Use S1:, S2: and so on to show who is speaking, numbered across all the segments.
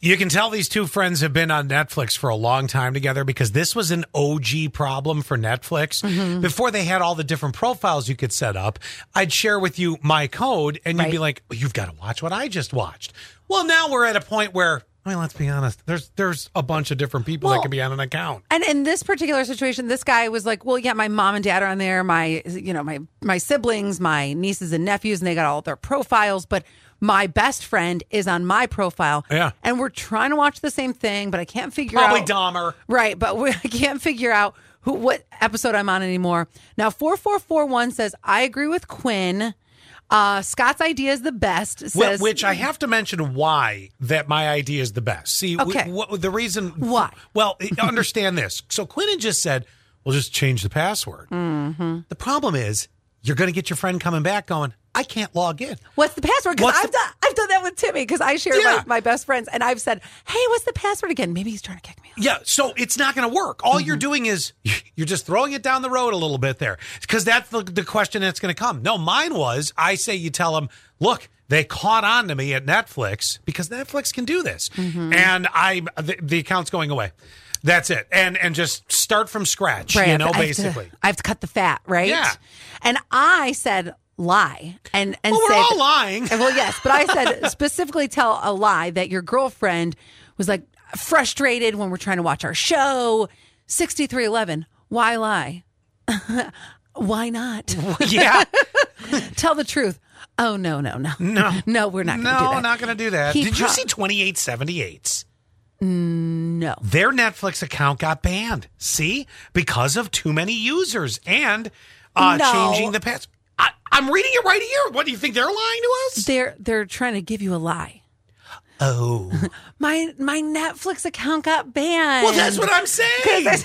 S1: You can tell these two friends have been on Netflix for a long time together because this was an OG problem for Netflix.
S2: Mm-hmm.
S1: Before they had all the different profiles you could set up, I'd share with you my code and you'd be
S2: Right.
S1: like, "Oh, you've got to watch what I just watched. Well, now we're at a point where, I mean, let's be honest, there's there's a bunch of different people that
S2: Well-
S1: can be on an account.
S2: And in this particular situation, this guy was like, "Well, yeah, my mom and dad are on there. My, you know, my my siblings, my nieces and nephews, and they got all their profiles. But my best friend is on my profile.
S1: Yeah.
S2: and we're trying to watch the same thing, but I can't figure
S1: Probably
S2: out
S1: Dahmer.
S2: Right, but we, I can't figure out who what episode I'm on anymore. Now, four four four one says I agree with Quinn. Uh, Scott's idea is the best. Says
S1: Wh- which I have to mention why that my idea is the best. See, w-
S2: Okay.
S1: wh- the reason
S2: Why?
S1: Well, i- understand this. So Quinnen just said, "We'll just change the password."
S2: Mm-hmm.
S1: The problem is, you're going to get your friend coming back going, "I can't log in."
S2: What's the password? Because
S1: What's
S2: I've
S1: the-
S2: done I've done that with Timmy because I share
S1: Yeah.
S2: my, my best friends and I've said, "Hey, what's the password again?" Maybe he's trying to kick me. out.
S1: Yeah, so it's not going to work. All
S2: Mm-hmm.
S1: you're doing is you're just throwing it down the road a little bit there because that's the, the question that's going to come. No, mine was I say you tell them, look, they caught on to me at Netflix because Netflix can do this,
S2: Mm-hmm.
S1: and I the, the account's going away. That's it, and and just start from scratch.
S2: Right, I
S1: you
S2: have
S1: know,
S2: to- I have to-
S1: basically.
S2: I have to cut the fat, right?
S1: Yeah.
S2: And I said lie and and
S1: Well, we're
S2: said,
S1: all lying.
S2: And well, yes, but I said specifically tell a lie that your girlfriend was like frustrated when we're trying to watch our show. Sixty three eleven. Why lie? Why not?
S1: yeah,
S2: tell the truth. Oh no no no
S1: no,
S2: no we're not gonna do
S1: no,
S2: that.
S1: not going to do that.
S2: He
S1: Did you
S2: pro-
S1: see twenty eight seventy eights?
S2: no.
S1: their Netflix account got banned. See, because of too many users and uh,
S2: No.
S1: changing the password. I'm reading it right here. What do you think they're lying to us?
S2: They're they're trying to give you a lie.
S1: Oh,
S2: My my Netflix account got banned.
S1: well, that's what I'm saying.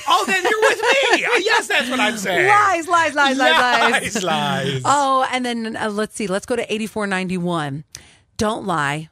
S1: oh, then you're with me. Uh, Yes, that's what I'm saying.
S2: Lies, lies, lies, lies, lies.
S1: lies, lies.
S2: Oh, and then uh, let's see. Let's go to eighty four ninety one. Don't lie.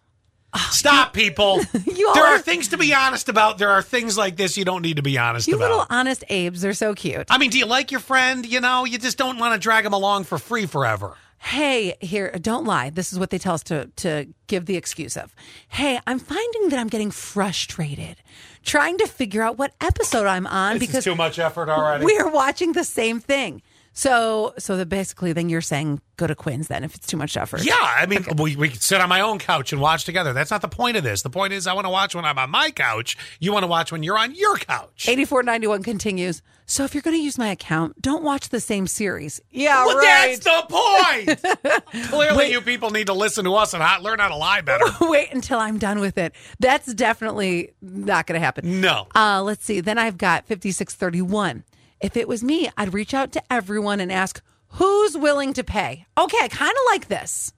S1: Stop, people.
S2: You
S1: there
S2: are-
S1: are things to be honest about. There are things like this you don't need to be honest
S2: You
S1: about.
S2: little honest Abes are so cute.
S1: I mean, do you like your friend? You know, you just don't want to drag him along for free forever.
S2: Hey, here, don't lie. This is what they tell us to to give the excuse of. Hey, I'm finding that I'm getting frustrated trying to figure out what episode I'm on
S1: This
S2: because
S1: is too much effort already.
S2: we're watching the same thing. So, so that basically, then you're saying go to Quinn's then if it's too much effort.
S1: Yeah, I mean, we, we could sit on my own couch and watch together. That's not the point of this. The point is, I want to watch when I'm on my couch. You want to watch when you're on your couch.
S2: 8491 continues. So if you're going to use my account, don't watch the same series. Yeah,
S1: well,
S2: right.
S1: that's the point. Clearly, you people need to listen to us and how- learn how to lie better.
S2: Wait until I'm done with it. That's definitely not going to happen.
S1: No.
S2: Uh, let's see. Then I've got 5631. If it was me, I'd reach out to everyone and ask who's willing to pay. Okay, I kind of like this.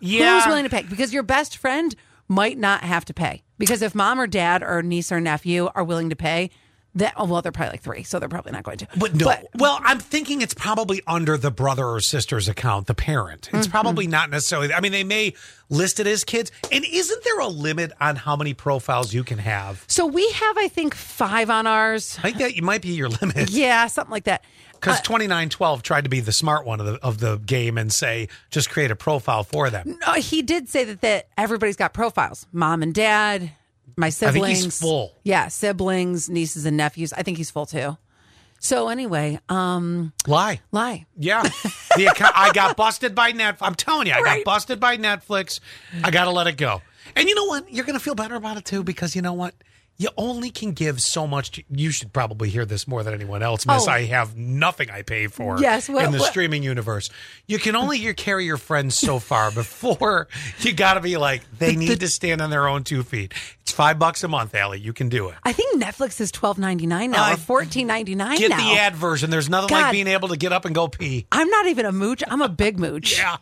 S2: Who's willing to pay? Because your best friend might not have to pay. Because if mom or dad or niece or nephew are willing to pay, that oh, well, they're probably like three, so they're probably not going to.
S1: But no. well, I'm thinking it's probably under the brother or sister's account, the parent. It's probably not necessarily. I mean, they may list it as kids. And isn't there a limit on how many profiles you can have?
S2: so we have, I think, five on ours.
S1: I think that you might be your limit.
S2: Yeah, something like that.
S1: Because 2912 tried to be the smart one of the, of the game and say, just create a profile for them.
S2: No, he did say that, that everybody's got profiles mom and dad, my
S1: think
S2: siblings.
S1: he's full.
S2: Yeah, siblings, nieces, and nephews. I think he's full too. So, anyway, um,
S1: Lie.
S2: lie.
S1: Yeah. The account, I got busted by Netflix. I'm telling you, I got
S2: Right.
S1: busted by Netflix. I got to let it go. And you know what? You're going to feel better about it too because you know what? You only can give so much. To, you should probably hear this more than anyone else, Miss.
S2: Oh.
S1: I have nothing I pay for
S2: Yes, well-
S1: in the
S2: well-
S1: streaming universe. You can only you carry your friends so far before you got to be like, they need to stand on their own two feet. It's five bucks a month, Allie. You can do it.
S2: I think Netflix is twelve ninety nine now
S1: Uh,
S2: or fourteen ninety nine
S1: Get
S2: now.
S1: the ad version. There's nothing like
S2: God.
S1: being able to get up and go pee.
S2: I'm not even a mooch. I'm a big mooch.
S1: Yeah.